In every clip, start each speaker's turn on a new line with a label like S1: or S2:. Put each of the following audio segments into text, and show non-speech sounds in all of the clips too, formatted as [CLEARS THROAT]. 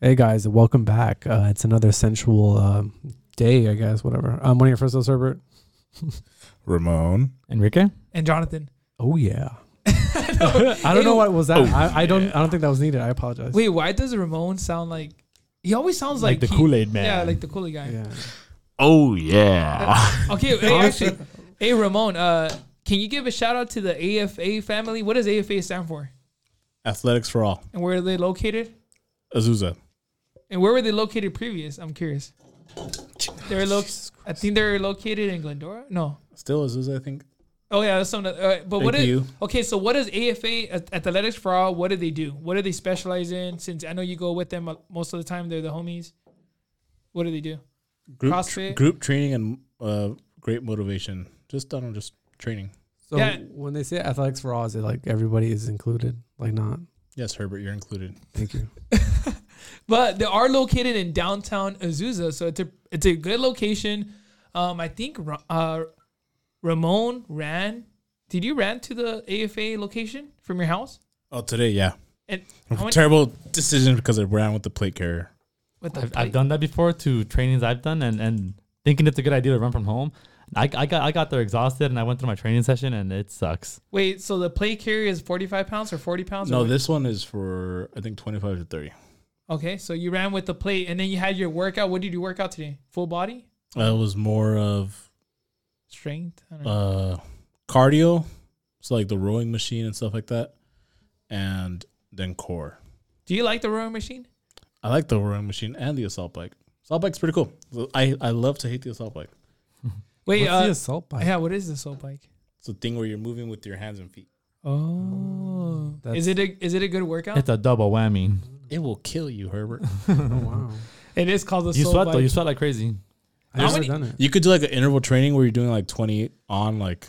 S1: Hey guys, welcome back. Uh, it's another sensual um, day, I guess. Whatever. I'm one of your first hosts, Herbert.
S2: Ramon.
S3: Enrique?
S4: and Jonathan.
S1: Oh yeah. [LAUGHS] I don't know what was that. I, I don't. I don't think that was needed. I apologize.
S4: Wait, why does Ramon sound like? He always sounds like,
S3: Like the
S4: he-
S3: Kool-Aid man.
S4: Yeah, like the Kool Aid guy.
S1: Yeah.
S2: Oh yeah.
S4: [LAUGHS] Okay, hey, actually, hey Ramon, uh, can you give a shout out to the AFA family? What does AFA stand for?
S2: Athletics for all.
S4: And where are they located?
S2: Azusa.
S4: And where were they located previous? I'm curious. They're lo- I think they're located in Glendora. No.
S2: Still Azusa, I think.
S4: Oh yeah, that's something. All right, but what
S2: Thank
S4: is
S2: you.
S4: okay? So what is AFA Ath- Athletics for All? What do they do? What do they specialize in? Since I know you go with them uh, most of the time, they're the homies. What do they do?
S2: Group
S4: CrossFit.
S2: group training and uh, great motivation. Just I don't know, just training.
S1: So
S4: Yeah.
S1: when they say athletics for all, is it like everybody is included? Like not?
S2: Yes, Herbert, you're included.
S1: Thank you.
S4: But they are located in downtown Azusa, so it's a it's a good location. Um, I think Ra- uh, Ramon ran. Did you ran to the AFA location from your house?
S2: Oh, today, yeah.
S4: And how many,
S2: Terrible decision because I ran with the plate carrier.
S4: what the
S3: I've,
S4: plate?
S3: I've done that before to trainings I've done and, and thinking it's a good idea to run from home. I, I got I got there exhausted and I went through my training session and it sucks.
S4: Wait, so the plate carrier is forty five pounds or forty pounds? or
S2: No,
S4: what?
S2: this one is for I think 25 to 30.
S4: Okay, so you ran with the plate, and then you had your workout. What did you work out today? Full body
S2: Uh, it was more of
S4: strength. I don't know.
S2: uh, cardio, so like the rowing machine and stuff like that, and then core.
S4: Do you like the rowing machine?
S2: I like the rowing machine and the assault bike. Assault bike's pretty cool. I, I love to hate the assault bike.
S4: Wait,
S1: What's the
S4: uh,
S1: assault bike?
S4: yeah. What is the soap bike?
S2: It's a thing where you're moving with your hands and feet.
S4: Oh,
S1: That's-
S4: is it a is it a good workout?
S3: Mm, It's a double whammy.
S2: It will kill you, Herbert.
S1: Oh wow.
S4: it is called the
S3: You
S4: soap
S3: sweat
S4: bike.
S3: though. You sweat like crazy.
S1: I've never
S4: many-
S1: done it.
S2: [LAUGHS] you could do like an interval training where you're doing like 20 on like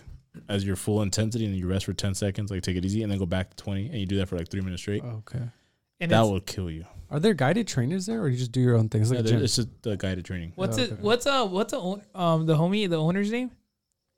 S2: as your full intensity and you rest for 10 seconds, like take it easy, and then go back to 20 and you do that for like three minutes straight.
S1: Okay.
S4: And
S2: that
S4: it's-
S2: will kill you.
S1: Are there guided trainers there, or you just do your own things like
S2: Yeah,
S1: a gym?
S2: it's just the guided training.
S4: what's
S1: Yeah,
S4: it?
S1: okay.
S4: What's uh? What's the own- um the homie the owner's name?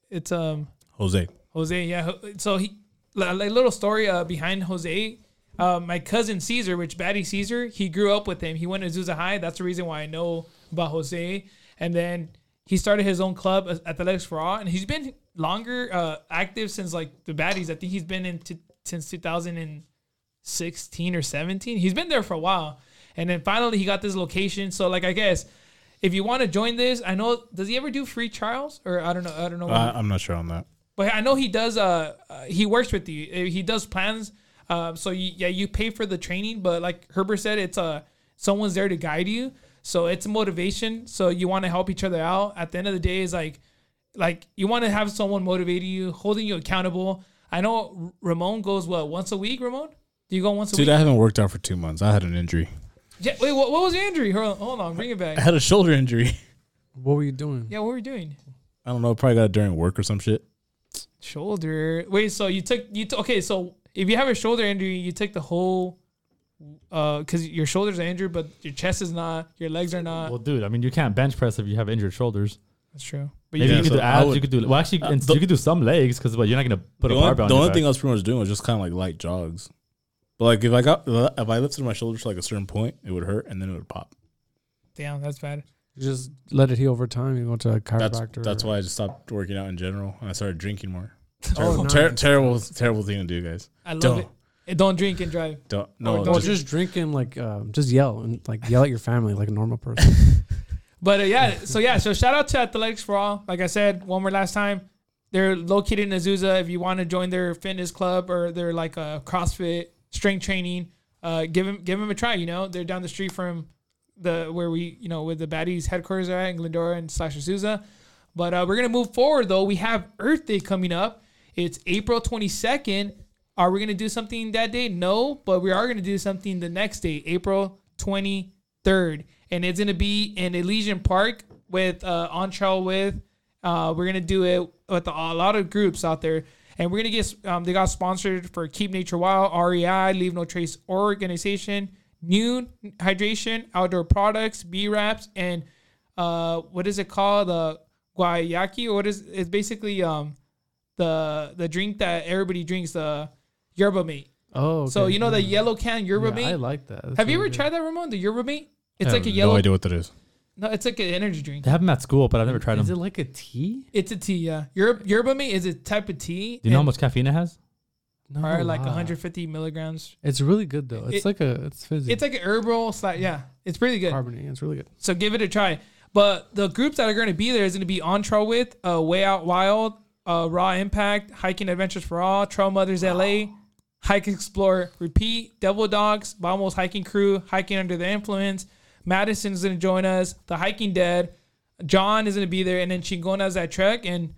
S4: It's um
S2: Jose.
S4: Jose. Yeah. Ho- So he li- like little story uh, behind Jose. Uh, my cousin Caesar, which Batty Caesar, he grew up with him. He went to Azusa High. That's the reason why I know about Jose. And then he started his own club, uh, Athletics for All, and he's been longer uh, active since like the Baddies. I think he's been in t- since 2016 or 17. He's been there for a while, and then finally he got this location. So like I guess if you want to join this, I know does he ever do free trials or I don't know I don't know.
S2: I, I'm not sure on that.
S4: But I know he does. Uh, uh, he works with you. Uh, He does plans. Uh, so you, yeah, you pay for the training, but like Herbert said, it's uh, someone's there to guide you. So it's motivation. So you want to help each other out. At the end of the day, is like, like you want to have someone motivating you, holding you accountable. I know R- Ramon goes what once a week. Ramon, do you go once a
S2: Dude,
S4: week?
S2: I haven't worked out for two months. I had an injury.
S4: yeah, wait, what, what was your injury? Hold on, hold on, bring it
S2: I
S4: back.
S2: had a shoulder injury.
S1: what were you doing?
S4: Yeah, what were you doing?
S2: [LAUGHS] I don't know. Probably got it during work or some shit.
S4: Shoulder. Wait, so you took you t- okay? So if you have a shoulder injury, you took the whole, uh, because your shoulders are injured, but your chest is not, your legs are not.
S3: Well, dude, I mean, you can't bench press if you have injured shoulders.
S4: That's true. But
S3: Maybe
S2: Yeah,
S3: you could
S2: so
S3: do
S2: I
S3: abs.
S2: would-
S3: you could do well. Actually,
S2: Uh,
S3: and
S2: the-
S3: you could do some legs because well, you're not gonna put
S2: the
S3: a
S2: only,
S3: barbell.
S2: the
S3: on
S2: only
S3: your
S2: thing I
S3: back.
S2: was pretty much doing was just kind of like light jogs. But like if I got if I lifted my shoulder to like a certain point, it would hurt and then it would pop.
S4: damn, that's bad.
S1: You just let it heal over time. You go to a
S2: That's
S1: chiropractor.
S2: that's why I just stopped working out in general and I started drinking more.
S1: Oh,
S2: Terrible,
S1: nice.
S2: ter- terrible, terrible thing to do, guys.
S4: I love
S2: Don't.
S4: it. And Don't drink and drive.
S2: Don't no.
S4: Oh,
S1: Well,
S4: don't
S2: just-
S1: just drink and like um, just yell and like yell at your family like a normal person.
S4: But uh, yeah, so yeah, so shout out to Athletics for All. Like I said, one more last time, they're located in Azusa. If you want to join their fitness club or their like a CrossFit strength training, uh, give them give them a try. You know, they're down the street from the where we you know where the baddies headquarters are at in Glendora and slash Azusa. But uh, we're gonna move forward though. We have Earth Day coming up. It's April twenty second. Are we gonna do something that day? No, but we are gonna do something the next day, April twenty third, and it's gonna be in Elysian Park with uh, on trail with. Uh, we're gonna do it with a lot of groups out there, and we're gonna get. Um, they got sponsored for Keep Nature Wild, REI, Leave No Trace Organization, New Hydration, Outdoor Products, B Wraps, and uh, what is it called? The uh, guayaki, or what is it's basically um the the drink that everybody drinks, the yerba mate.
S1: [LAUGHS] Oh, okay.
S4: So you know the
S1: Yeah.
S4: yellow can Yerba
S1: Yeah, I
S4: Mate?
S1: like that. That's
S4: Have you
S1: really
S4: ever
S1: good.
S4: tried that, Ramon? The Yerba Mate? It's
S2: I
S4: like a
S2: have
S4: yellow.
S2: No
S4: No,
S2: idea what that is.
S4: it's like an energy drink.
S3: They have them at school, but I've never tried them.
S1: Is it
S3: Do
S1: like a tea?
S4: It's a tea. Yeah, Yerba, Yerba Mate is a type of tea.
S3: you know how
S4: and
S3: much caffeine it has?
S1: No,
S4: are like
S1: ah.
S4: 150 milligrams.
S1: It's really good though. It's
S4: It-
S1: like a it's fizzy.
S4: It's like an herbal. Slash, yeah, it's pretty good.
S1: carbonated. It's really good.
S4: So give it a try. But the groups that are going to be there is going to be On Trail with, uh, Way Out Wild, uh, Raw Impact, Hiking Adventures for All, Trail Mothers LA, Hike Explore Repeat, Devil Dogs, Bombo's Hiking Crew, Hiking Under the Influence, Madison's going to join us, The Hiking Dead, John is going to be there, and then Chingona's at Trek, and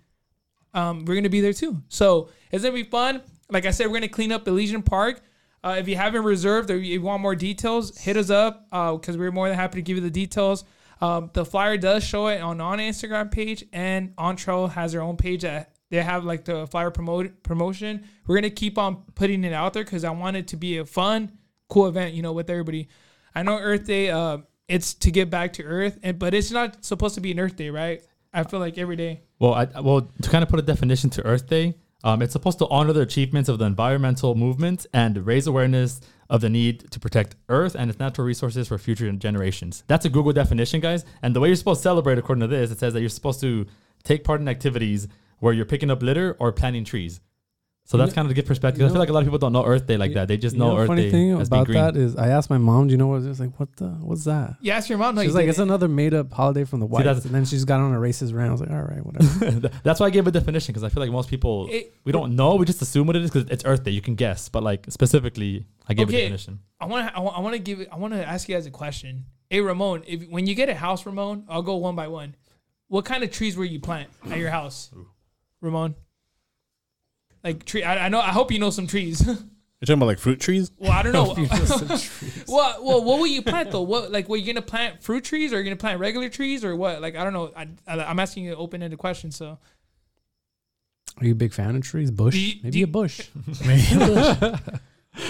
S4: um, we're going to be there too. So it's going to be fun. Like I said, we're going to clean up Elysian Park. Uh, if you haven't reserved or you want more details, hit us up because we're more than happy to give you the details. Um, the flyer does show it on on Instagram page and on trail has their own page that they have like the flyer promote promotion. We're gonna keep on putting it out there because I want it to be a fun, cool event, you know, with everybody. I know Earth Day, uh, it's to get back to Earth, and but it's not supposed to be an Earth Day, right? I feel like every day.
S3: Well, I, I- well, to kind of put a definition to Earth Day, um, it's supposed to honor the achievements of the environmental movement and raise awareness of the need to protect Earth and its natural resources for future generations. That's a Google definition, guys. And the way you're supposed to celebrate, according to this, it says that you're supposed to take part in activities where you're picking up litter or planting trees. So that's kind of to give perspective. I feel like a lot of people don't know Earth Day like that. They just
S1: You
S3: know,
S1: know,
S3: Earth
S1: funny
S3: Day
S1: thing
S3: as being
S1: about
S3: green.
S1: that is, I asked my mom, "Do you know what?" It is? Like, what the? What's that?
S4: You ask your mom. No,
S1: She's
S4: you
S1: like,
S4: didn't.
S1: it's another made up holiday from the whites.
S3: that's-
S1: and then she's got on a racist rant. I was like, all right,
S4: [LAUGHS]
S1: whatever.
S3: [LAUGHS] That's why I gave a definition because I feel like most people
S4: It-
S3: we don't know. We just assume what it is because it's Earth Day. You can guess, but like specifically, I gave
S4: Okay.
S3: a definition.
S4: I want to. I want to give. I want to ask you guys a question. Hey Ramon, if when you get a house, Ramon, I'll go one by one. What kind of trees were you plant at your house, Ramon? Like tree. I, I know. I hope you know some trees. [LAUGHS] well,
S2: You're talking about like fruit trees?
S4: I don't know.
S1: Well,
S4: [LAUGHS] well, well, what will you plant though? What like were you gonna plant fruit trees or you gonna plant regular trees or what? Like I don't know. I, I I'm asking you an open ended question. So
S1: Are you a big fan of trees? Bush?
S4: Do you-
S1: Maybe
S4: do you-
S1: a
S4: [LAUGHS]
S1: bush.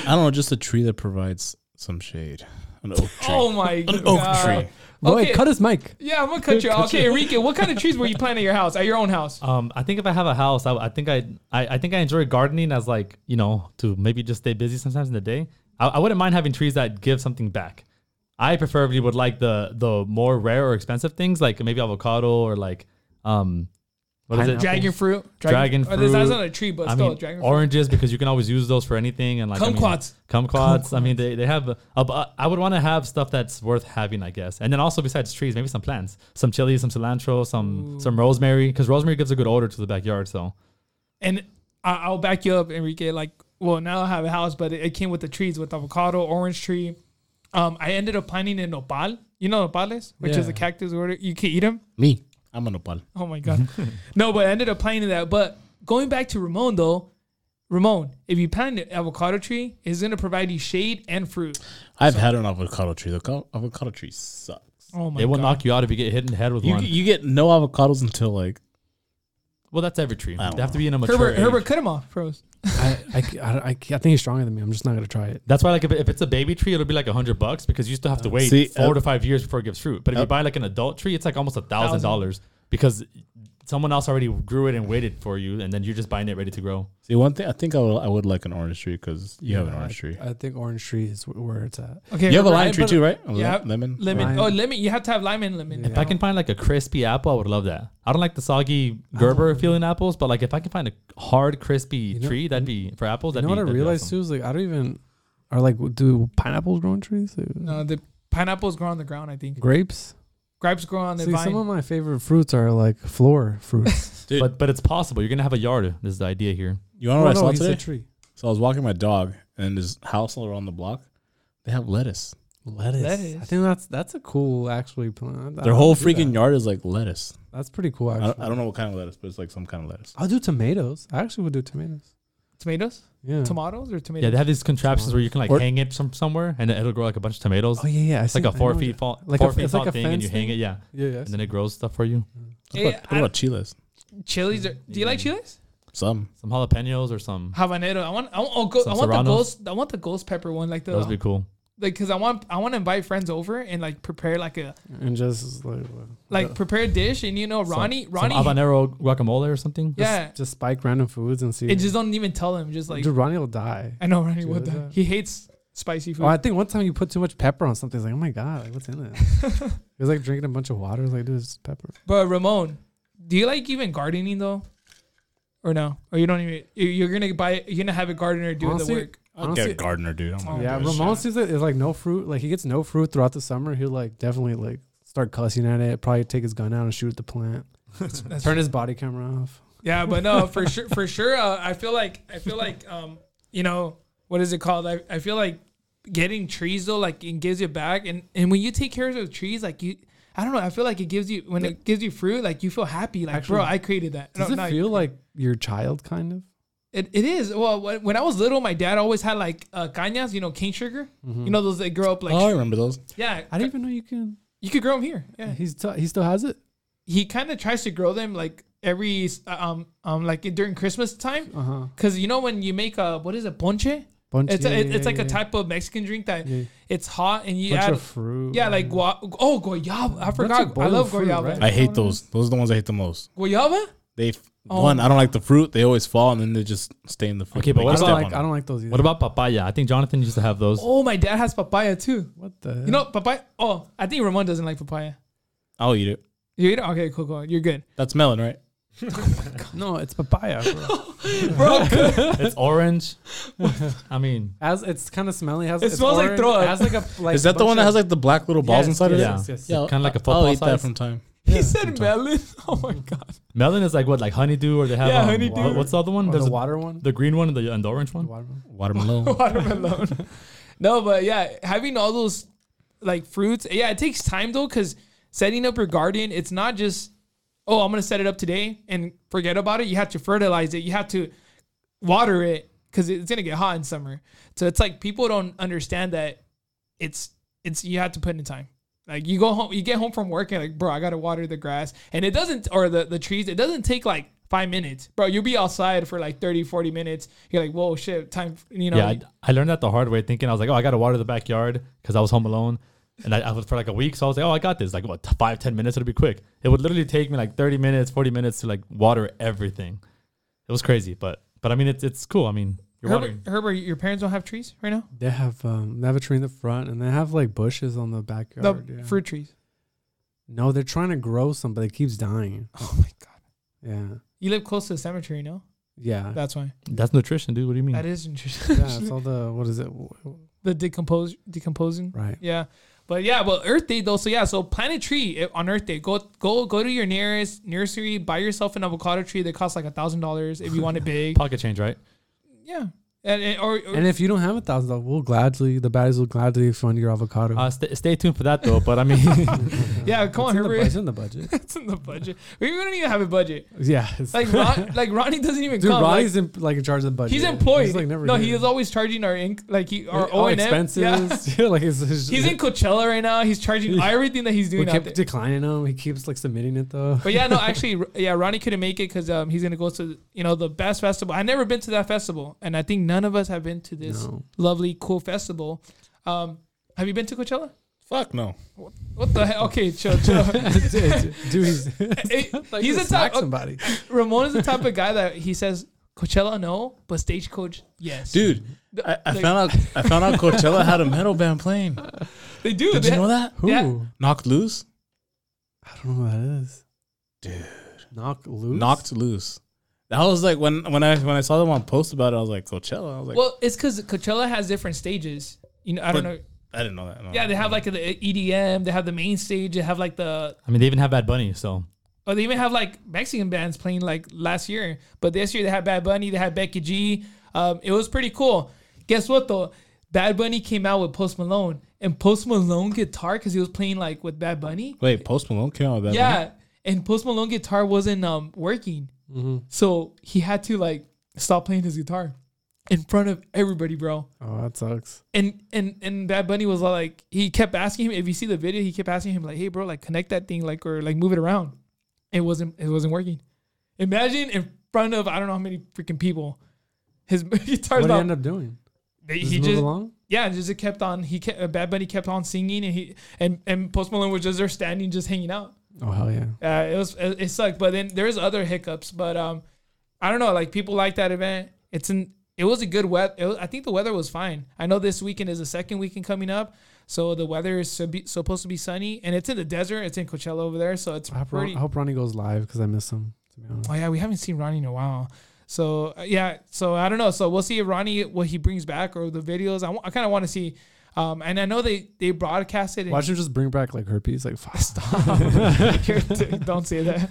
S2: I don't know, just a tree that provides some shade. An oak tree.
S4: oh my
S2: an oak
S4: god.
S2: tree.
S1: Boy,
S4: Okay.
S1: cut his mic.
S4: Yeah, I'm gonna cut you. off. Okay, Enrique, what kind of trees were you planting at your house? At your own house?
S3: Um, I think if I have a house, I, I think I, I I think I enjoy gardening as like you know to maybe just stay busy sometimes in the day. I, I wouldn't mind having trees that give something back. I preferably would like the the more rare or expensive things like maybe avocado or like um what is it
S1: Pineapple.
S4: Dragon fruit.
S3: Dragon
S4: or this- That's
S3: fruit.
S4: not a tree, but
S3: I
S4: still
S3: mean,
S4: dragon fruit.
S3: oranges because you can always use those for anything and like I mean,
S4: Kumquats.
S3: kumquats. I mean, they, they have. A, a, bu- I would want to have stuff that's worth having, I guess. And then also besides trees, maybe some plants, some chili, some cilantro, some some rosemary, because rosemary gives a good odor to the backyard. So
S4: And I, I'll back you up, Enrique. Like, well, now I have a house, but it, it came with the trees with avocado, orange tree. Um, I ended up planting a nopal. You know nopales, which is a
S1: Yeah.
S4: cactus. Order you can eat them.
S2: Me. I'm a nopal.
S4: Oh my god.
S3: [LAUGHS]
S4: no, but I ended up planting that. But going back to Ramon though, Ramon, if you plant an avocado tree, it's gonna provide you shade and fruit.
S2: I've had an avocado tree. The co- avocado tree sucks.
S4: Oh my
S3: they will
S4: god.
S3: knock you out if you get hit in the head with
S2: You,
S3: one.
S2: you get no avocados until like
S3: well, that's every tree. They
S2: I
S3: have
S2: don't
S3: to be in a mature. eh?
S4: Herbert,
S3: age.
S4: Herbert, cut him off, bros.
S1: [LAUGHS] I, I, c- I don't- I c- I think he's stronger than me. I'm just not going to try it.
S3: That's why, like, if, it- if it's a baby tree, it'll be like a hundred bucks because you still have to wait
S2: See,
S3: four
S2: uh,
S3: to five years before it gives fruit. But if
S2: uh,
S3: you buy like an adult tree, it's like almost a thousand dollars because someone else already grew it and waited for you, and then you're just buying it ready to grow.
S2: see one thing. I think I would I would like an orange tree because you have an
S1: I-
S2: orange tree.
S1: I think orange tree is wh- where it's at.
S4: Okay,
S2: you have a
S4: Herbert,
S2: lime
S4: I-
S2: tree
S4: but-
S2: too, right? A
S4: Yeah,
S2: lem- lemon.
S4: Lemon.
S1: Lime.
S4: Oh, lemon. You have to have lime and lemon.
S1: If
S3: If I can find like a crispy apple, I would love that. I don't like the soggy Gerber feeling apples, but like if I can find a hard, crispy
S1: know-
S3: tree, that'd be for apples.
S1: You
S3: that'd
S1: know what
S3: be,
S1: I
S3: that'd be
S1: realized
S3: awesome.
S1: too is like, I don't even, are like, do pineapples grow on trees? Like,
S4: No, the pineapples grow on the ground. I think
S1: Grapes?
S4: grapes grow on the
S1: See,
S4: vine.
S1: some of my favorite fruits are like floor fruits.
S2: Dude.
S3: But but it's possible. You're gonna have a yard. This is the idea here.
S2: You want to
S1: Oh,
S2: what I saw
S1: he said
S2: today?
S1: tree.
S2: So I was walking my dog, and his house around the block, they have lettuce.
S1: Lettuce. I
S4: Lettuce.
S1: think that's that's a cool actually plant. I
S2: Their
S1: don't
S2: whole
S1: do that.
S2: freaking yard is like lettuce.
S1: That's pretty cool.
S2: I
S1: Actually,
S2: don't, I don't know what kind of lettuce, but it's like some kind of lettuce.
S1: I'll do tomatoes. I actually would do tomatoes.
S4: tomatoes,
S1: Yeah.
S4: tomatoes, or tomatoes.
S3: Yeah, they have these contraptions where you can like
S2: Or-
S3: hang it some somewhere, and it'll grow like a bunch of tomatoes.
S1: Oh yeah, yeah. I
S3: It's like a four feet fall,
S1: Like a-
S3: four feet
S1: it's like
S3: tall
S1: a
S3: thing, and you
S1: fence
S3: hang
S1: thing?
S3: it. Yeah,
S1: Yeah. yeah I
S3: and
S1: see.
S3: then it grows stuff for you.
S2: What
S4: Hey,
S2: about, what
S4: Eh, I-
S2: about chiles?
S4: chilies. Are, do you like chilies?
S2: Some.
S3: Some jalapenos or some.
S4: Habanero. I want. I want. Oh, go,
S3: Some
S4: I want the
S3: serranos?
S4: ghost. I want the ghost pepper one, like the
S3: Those would be cool.
S4: like because I want I want to invite friends over and like prepare like a
S1: and just like what-
S4: like prepare a dish and you know Ronnie Ronnie
S3: Some habanero guacamole or something.
S4: yeah
S1: just spike random foods and see.
S4: it just don't even tell them just like
S1: Dude, Ronnie will die.
S4: I know Ronnie what
S1: Dude,
S4: the
S1: uh,
S4: he hates spicy food
S1: Oh, I think one time you put too much pepper on something. It's like, oh my god, like, what's in
S4: [LAUGHS]
S1: it? it was like drinking a bunch of water. It's like, dude, it's just pepper.
S4: but Ramon do you like even gardening though or no or you don't even you- you're gonna buy you're gonna have a gardener do
S1: Honestly,
S4: the work
S2: I'll get a
S1: honestly-
S2: gardener, dude. I'm
S4: Oh,
S2: like,
S1: yeah,
S4: dude,
S1: Ramon sees it. It's like no fruit. Like he gets no fruit throughout the summer. He'll like definitely like start cussing at it. Probably take his gun out and shoot at the plant.
S4: [LAUGHS] That's-
S1: Turn his body camera off.
S4: Yeah, but
S1: [LAUGHS]
S4: no, for sure, for sure. Uh, I feel like I feel like um, you know, what is it called? I, I feel like getting trees though, like it gives you back, and and when you take care of the trees, like you, I don't know. I feel like it gives you when it gives you fruit, like you feel happy. Like
S1: Actually,
S4: bro, I created that.
S1: Does
S4: No,
S1: it
S4: not-
S1: feel like your child kind of?
S4: it, it is. Well, when when I was little, my dad always had like uh, cañas, you know, cane sugar. You know those that grow up like
S2: oh, I remember those.
S4: yeah.
S1: Mm-hmm. I didn't Mm-hmm. even know you can.
S4: you could grow them here. Yeah,
S1: He's t- he still has it.
S4: he kind of tries to grow them like every uh, um um like during Christmas time.
S1: Uh huh.
S4: Cause you know when you make a what is it ponche?
S1: Bunch.
S4: Uh-huh. It's
S1: yeah,
S4: a, it-
S1: yeah,
S4: it's like
S1: yeah,
S4: a
S1: yeah.
S4: type of Mexican drink that
S1: Yeah.
S4: it's hot and you
S1: Bunch
S4: add
S1: of fruit.
S4: yeah like gua- oh guayaba. I forgot. I
S1: boiled
S4: love
S1: fruit,
S4: guayaba.
S1: right?
S2: I hate those. Those are the ones I hate the most.
S4: guayaba.
S2: They f
S4: Oh.
S2: one, I don't like the fruit. They always fall and then they just stay in the fruit.
S3: Okay, but
S1: I
S3: what
S2: you
S1: don't
S2: step
S1: like.
S2: on
S1: I
S2: them.
S1: don't like those. Either.
S3: What about papaya? I think Jonathan used to have those.
S4: Oh, my dad has papaya too.
S1: What the?
S4: You know papaya. Oh, I think Ramon doesn't like papaya.
S2: I'll eat it.
S4: You eat it? Okay, cool, cool.
S1: [LAUGHS]
S4: You're good,
S2: That's melon, right?
S1: no, it's papaya. Bro.
S4: bro. [LAUGHS]
S3: It's
S1: [LAUGHS]
S3: orange. I mean,
S1: As it's kind of smelly. Has
S4: It
S1: it's
S4: smells like
S1: orange,
S4: throw up.
S1: It has like
S4: [LAUGHS]
S1: a like.
S2: Is that the one that has like the black little balls
S1: Yes,
S2: inside
S1: yes,
S2: of it?
S1: yes, yes.
S3: Kinda like a
S2: I'll
S3: football
S2: eat that
S3: size.
S2: from time.
S4: he said melon. [LAUGHS] Oh my god.
S3: melon is like what, like honeydew, or they have
S4: Yeah,
S3: um,
S4: honeydew.
S3: what- what's the other one?
S1: Or
S3: There's
S1: Oh, the
S3: a-
S1: water one.
S3: the green one and the, and the orange
S1: The
S3: one.
S1: water one.
S2: Watermelon.
S4: [LAUGHS]
S1: [LAUGHS]
S4: watermelon. no, but yeah, having all those like fruits, yeah, it takes time though, because setting up your garden, it's not just oh, I'm gonna set it up today and forget about it. You have to fertilize it. You have to water it because it's gonna get hot in summer. So it's like people don't understand that it's it's you have to put in time. Like you go home, you get home from work, and like, bro, I gotta water the grass, and it doesn't or the the trees. It doesn't take like five minutes, bro. You'll be outside for like 30, 40 minutes. You're like, whoa, shit, time. You know,
S3: Yeah, I, I learned that the hard way. Thinking I was like, oh, I got to water the backyard because I was home alone, and I, I was for like a week. So I was like, oh, I got this. Like what, five ten minutes? It'll be quick. It would literally take me like thirty minutes, forty minutes to like water everything. It was crazy, but but I mean, it's it's cool. I mean, you're watering.
S4: Herbert, Herbert, your parents don't have trees right now.
S1: They have um, they have a tree in the front, and they have like bushes on the backyard.
S4: The
S1: yeah.
S4: fruit trees.
S1: No, they're trying to grow some, but it keeps dying.
S4: [LAUGHS] Oh my god.
S1: Yeah,
S4: You live close to the cemetery, no?
S1: yeah,
S4: That's why.
S3: That's nutrition, dude. What do you mean?
S4: That is interesting. [LAUGHS]
S1: yeah. It's all the what is it? W- w-
S4: the decompose decomposing.
S1: Right.
S4: Yeah. But yeah, well, Earth Day though. So yeah, so plant a tree eh, on Earth Day. Go go go to your nearest nursery, buy yourself an avocado tree that costs like a thousand dollars if you want
S1: [LAUGHS]
S4: it big.
S3: Pocket change, right?
S4: yeah. And, and or, or
S1: And if you don't have a thousand dollars, we'll gladly the baddies will gladly fund your avocado.
S3: Uh, st- stay tuned for that though. But I mean, [LAUGHS]
S4: yeah, come
S1: it's,
S4: on,
S1: in the, bu-
S4: Herbert.
S1: it's in the budget.
S4: It's in the budget. We don't even have a budget.
S1: [LAUGHS] yeah, it's,
S4: [LAUGHS] Like Ron, like Ronnie doesn't
S1: [LAUGHS]
S4: even
S1: dude,
S4: come. Like,
S1: Ronnie's in, like in charge of the budget.
S4: he's employed.
S1: He's like never.
S4: no,
S1: here.
S4: he is always charging our ink like he our
S1: all
S4: O and M.
S1: expenses.
S4: Yeah.
S1: [LAUGHS] Yeah. like it's, it's,
S4: He's in Coachella right now.
S2: [LAUGHS]
S4: He's charging everything that he's
S1: We
S4: doing out
S1: kept
S4: there.
S1: declining him. He keeps like submitting it though.
S4: But yeah, no, actually, yeah, Ronnie couldn't make it because um, he's gonna go to you know the best festival. I've never been to that festival, and I think none of us have been to this
S1: No.
S4: lovely, cool festival. Um, have you been to Coachella?
S2: Fuck no.
S4: What the hell? Okay, chill,
S2: [LAUGHS]
S4: chill.
S1: [LAUGHS] dude, dude, he's
S4: Hey,
S1: like he's
S4: he's the
S1: attacked
S4: type. okay,
S1: somebody.
S4: Ramon is the type of guy that he says Coachella no, but Stagecoach yes.
S2: Dude, I, I found out I found out Coachella had a metal band playing.
S4: [LAUGHS] they do.
S2: Did
S4: they
S2: you know that?
S1: Who?
S4: Yeah.
S2: Knocked loose?
S1: I don't know who that is. Dude, knock loose.
S2: Knocked loose. That was like when when I when I saw them on post about it, I was like Coachella. I was like,
S4: well, it's because Coachella has different stages. You know, I don't
S2: But-
S4: know.
S2: I didn't know that. No.
S4: Yeah, they have like the EDM. They have the main stage. They have like the
S3: I mean, they even have Bad Bunny. So
S4: Oh, they even have like Mexican bands playing like last year. But this year they had Bad Bunny, they had Becky G. Um, it was pretty cool. Guess what though? Bad Bunny came out with Post Malone and Post Malone guitar because he was playing like with Bad Bunny.
S2: Wait, Post Malone came out with that.
S4: yeah, and Post Malone guitar wasn't um working, so he had to like stop playing his guitar in front of everybody, bro
S1: Oh, that sucks.
S4: and and and Bad Bunny was like, he kept asking him. If you see the video, he kept asking him like, "Hey, bro, like connect that thing, like or like move it around." It wasn't it wasn't working. Imagine in front of I don't know how many freaking people, his [LAUGHS] guitar's
S1: What did he
S4: not.
S1: end up doing?
S4: they-
S1: Just
S4: he
S1: move
S4: just
S1: along.
S4: yeah, and just it kept on. He kept, uh, Bad Bunny kept on singing, and he and and Post Malone was just there standing, just hanging out.
S1: Oh hell yeah!
S4: Uh, it was it, it sucked, but then there's other hiccups. But um, I don't know. Like people like that event. It's an it was a good weather. I think the weather was fine. I know this weekend is the second weekend coming up, so the weather is sub- supposed to be sunny, and it's in the desert. It's in Coachella over there, so it's
S1: I hope, Ron,
S4: pretty.
S1: I hope Ronnie goes live because I miss him. To be honest,
S4: Oh yeah, we haven't seen Ronnie in a while. So uh, yeah, so I don't know. So we'll see if Ronnie what he brings back or the videos. I kind of want to see. Um, and I know they they broadcast it. in-
S1: watch him just bring back like herpes. Like fuck.
S4: Stop. You're t- Don't say that.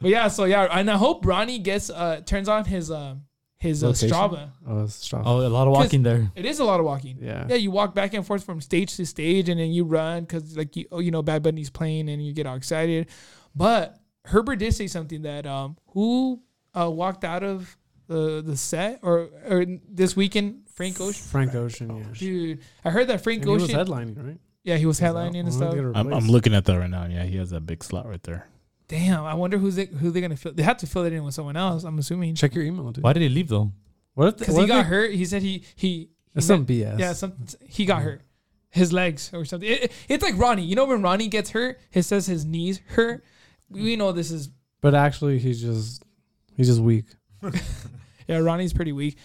S4: But yeah, so yeah, and I hope Ronnie gets uh turns on his um his uh,
S2: Location?
S4: Strava.
S1: Oh, it's strong.
S3: Oh, a lot of walking there.
S4: It is a lot of walking.
S1: Yeah.
S4: Yeah, you walk back and forth from stage to stage, and then you run because like you, oh, you know, Bad Bunny's playing, and you get all excited. But Herbert did say something that um, who uh, walked out of the the set or or this weekend, Frank Ocean.
S1: Frank Ocean. Yeah.
S4: Dude, I heard that Frank
S1: And he was
S4: Ocean.
S1: headlining, right?
S4: yeah, he was headlining and stuff.
S2: I'm, I'm looking at that right now. Yeah, he has that big slot right there.
S4: Damn, I wonder who's they, who they're gonna fill. They have to fill it in with someone else. I'm assuming
S1: Check your email, dude.
S3: Why did he leave though?
S1: What if?
S4: because
S1: what
S4: he
S1: if
S4: got
S1: they-
S4: hurt. He said he he. he
S1: That's some
S4: met-
S1: BS.
S4: Yeah, some he got hurt. His legs or something. It, it- it's like Ronnie. You know when Ronnie gets hurt, he says his knees hurt. We know this is
S1: But actually, he's just he's just weak.
S4: yeah. Ronnie's pretty weak,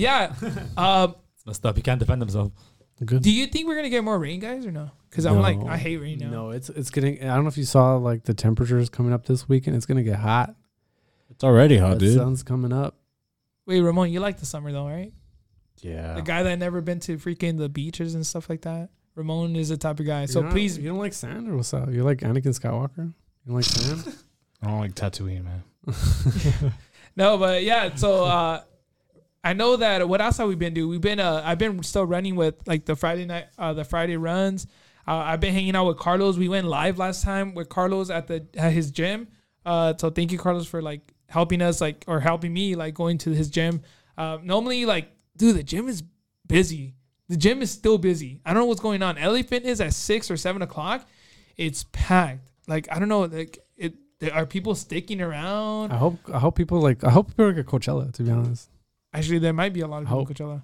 S1: [LAUGHS]
S4: yeah. um,
S3: It's messed up. He can't defend himself.
S1: Good.
S4: do you think we're gonna get more rain, guys, or no? Because I'm like I hate rain now.
S1: No, it's it's getting. I don't know if you saw like the temperatures coming up this weekend. It's gonna get hot.
S2: It's already
S3: Oh,
S2: hot,
S1: the
S2: dude.
S1: sun's coming up.
S4: Wait, Ramon, you like the summer though, right?
S2: yeah.
S4: The guy that never been to freaking the beaches and stuff like that. Ramon is the type of guy. So
S1: You're not-
S4: please,
S1: you don't like sand or what's up? You like Anakin Skywalker? You don't like
S4: [LAUGHS]
S1: sand?
S2: I don't like Tatooine, man.
S4: No, but yeah, so uh I know that what else have we been doing? We've been uh I've been still running with like the Friday night uh the Friday runs. Uh, I've been hanging out with Carlos. We went live last time with Carlos at the at his gym. Uh so thank you Carlos for like helping us like or helping me like going to his gym. Uh, normally like dude, the gym is busy. The gym is still busy. I don't know what's going on. LA Fitness at six or seven o'clock, it's packed. Like I don't know, like it are people sticking around?
S1: I hope I hope people like I hope people like at Coachella. To be honest,
S4: Actually, there might be a lot of people at
S1: Hope.
S4: Coachella,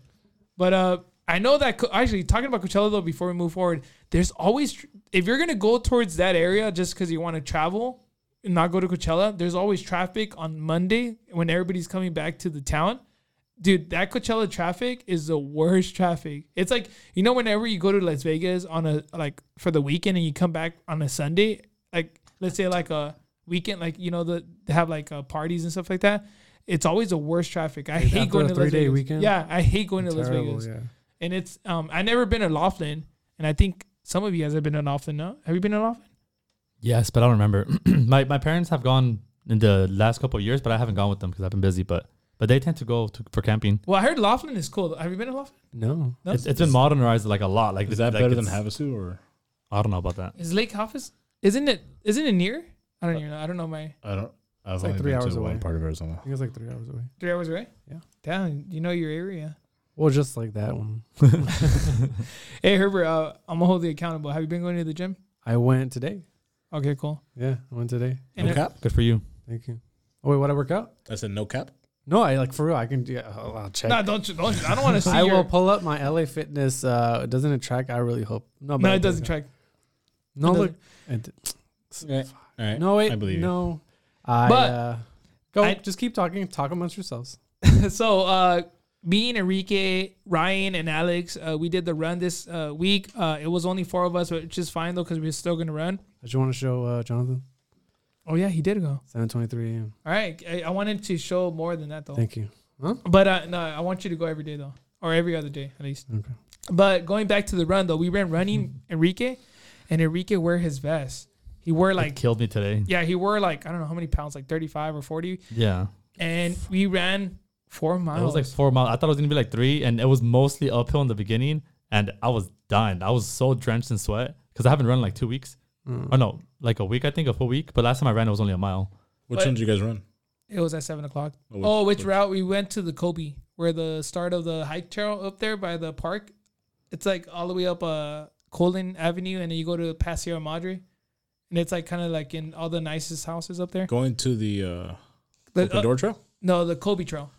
S4: but uh, I know that Co- actually talking about Coachella though. Before we move forward, there's always tr- if you're gonna go towards that area just because you want to travel and not go to Coachella, there's always traffic on Monday when everybody's coming back to the town. Dude, that Coachella traffic is the worst traffic. It's like you know whenever you go to Las Vegas on a like for the weekend and you come back on a Sunday, like let's say like a weekend, like you know the they have like uh, parties and stuff like that. It's always the worst traffic. I hate
S1: after
S4: going
S1: a
S4: to Las
S1: three-day
S4: Vegas.
S1: weekend?
S4: Yeah, I hate going to Las
S1: terrible.
S4: Vegas.
S1: Yeah.
S4: And it's um I never been to Laughlin, and I think some of you guys have been to Laughlin. No, have you been to Laughlin?
S3: Yes, but I don't remember. [CLEARS THROAT] my my parents have gone in the last couple of years, but I haven't gone with them because I've been busy. But but they tend to go to, for camping.
S4: Well, I heard Laughlin is cool. Have you been to Laughlin?
S1: No.
S4: No,
S3: It's, it's been modernized like a lot. Like
S2: Is that
S3: like
S2: better than
S3: it's-
S2: Havasu or?
S3: I don't know about that.
S4: is Lake Office? Isn't it? Isn't it near? I
S1: Uh,
S4: don't even know. I don't know my
S2: I don't. I've
S1: It's like
S2: only
S1: three
S2: been
S1: hours
S2: to
S1: away.
S2: one part of Arizona.
S1: I think it's like three hours away.
S4: three hours away.
S1: Yeah.
S4: Damn, you know your area.
S1: Well, just like that one.
S4: Hey Herbert, uh, I'm gonna hold you accountable. Have you been going to the gym?
S1: I went today.
S4: Okay, cool.
S1: Yeah, I went today.
S4: And
S2: cap.
S3: Good for you.
S1: Thank you. Oh wait, what I work out?
S2: I said no cap.
S1: No, I like for real. I can do. Yeah, I'll, I'll check.
S4: No, don't you, don't you, [LAUGHS] I don't want to see.
S1: I
S4: your,
S1: will pull up my LA Fitness. Uh, doesn't it track? I really hope. No, but
S4: No, it doesn't track.
S1: No,
S4: It
S1: look. It,
S2: All right.
S1: no, wait.
S2: I believe you.
S1: no. I,
S4: But-
S1: uh, go.
S4: I-
S1: just keep talking. Talk amongst yourselves.
S4: [LAUGHS] so uh me and Enrique, Ryan, and Alex, uh, we did the run this uh, week. Uh, it was only four of us, which is fine though, because we're still gonna run.
S1: I just want to show uh, Jonathan.
S4: Oh yeah, he did go.
S1: Seven twenty-three a.m.
S4: All right, I, I wanted to show more than that though.
S1: Thank you.
S4: But uh, no, I want you to go every day though, or every other day at least.
S1: Okay.
S4: But going back to the run though, we ran running Enrique, and Enrique wore his vest. He wore
S3: Like
S4: like
S3: killed me today.
S4: yeah, he wore like I don't know how many pounds, like thirty five or forty,
S3: Yeah,
S4: and we ran four
S3: it was
S4: miles.
S3: like four miles. I thought it was gonna be like three, and it was mostly uphill in the beginning, and I was dying. I was so drenched in sweat because I haven't run in like two weeks.
S2: Hmm.
S3: Oh no, like a week. I think a full week. But last time I ran, it was only a mile.
S2: Which
S4: But-
S2: one did you guys run?
S4: It was at seven o'clock.
S2: Oh, which-
S4: oh, which
S2: which-
S4: route we went to the Kobe, where the start of the hike trail up there by the park. It's like all the way up uh Colin Avenue, and then you go to past Sierra Madre, and it's like kind of like in all the nicest houses up there.
S2: Going to the uh,
S4: The-
S2: open
S4: uh,
S2: door trail.
S4: no, the Kobe Trail.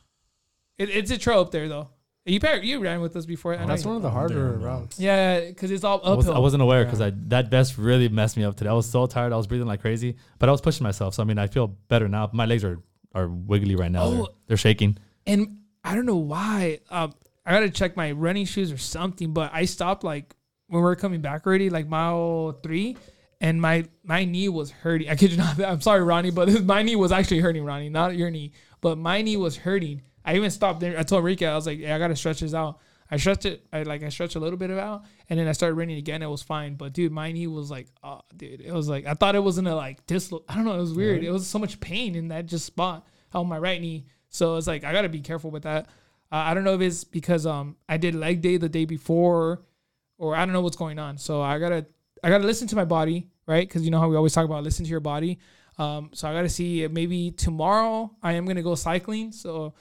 S4: It, it's a trail up there though. You par- you ran with us before. I know
S1: That's
S4: you-
S1: one of the harder routes.
S4: Yeah, because it's all
S3: I, was,
S4: uphill.
S3: not aware because I that vest really messed me up today. I was so tired. I was breathing like crazy, but I was pushing myself. So I mean, I feel better now. My legs are are wiggly right now. They're,
S4: Oh.
S3: they're shaking.
S4: and I don't know why. Um, I gotta check my running shoes or something. But I stopped like when we were coming back already, like mile three, and my my knee was hurting. I kid you not. [LAUGHS] I'm sorry, Ronnie, but [LAUGHS] my knee was actually hurting, Ronnie, not your knee. But my knee was hurting. I even stopped there. I told Rika, I was like, "Yeah, I gotta stretch this out." I stretched it. I like I stretched a little bit out, and then I started running again. It was fine, but dude, my knee was like, oh, dude, it was like I thought it was gonna like dislo. I don't know. It was weird. It was so much pain in that just spot on my right knee. So it's like I gotta be careful with that. Uh, I don't know if it's because um I did leg day the day before, or I don't know what's going on. So I gotta I gotta listen to my body, right? Because you know how we always talk about listen to your body. Um, so I gotta see if maybe tomorrow I am gonna go cycling. So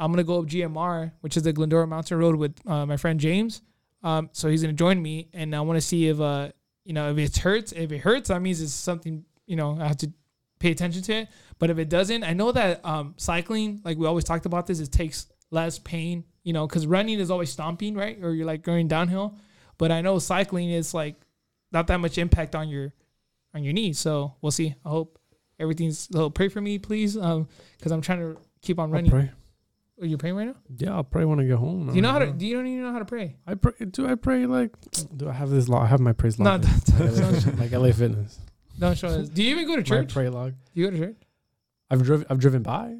S4: I'm gonna go up GMR, which is the Glendora Mountain Road, with uh, my friend James. Um, so he's gonna join me, and I want to see if uh you know if it hurts. If it hurts, that means it's something you know I have to pay attention to it. But if it doesn't, I know that um, cycling, like we always talked about this, it takes less pain, you know, because running is always stomping, right? Or you're like going downhill. But I know cycling is like not that much impact on your on your knees. So we'll see. I hope everything's. So pray for me, please, because I'm trying to keep on
S1: I'll
S4: running.
S1: pray.
S4: Are you praying right now?
S1: Yeah, I'll pray when I get home.
S4: Do you know how to?
S3: Mm-hmm.
S4: Do you don't even know how to pray?
S1: I pray. Do I pray like? Do I have this log? I have my praise
S4: No,
S1: log. [LAUGHS]
S4: don't, don't,
S1: like, like LA Fitness.
S4: [LAUGHS] don't show us. Do you even go to
S1: My
S4: church?
S1: pray log.
S4: Do you go to church?
S1: I've driven. I've driven by.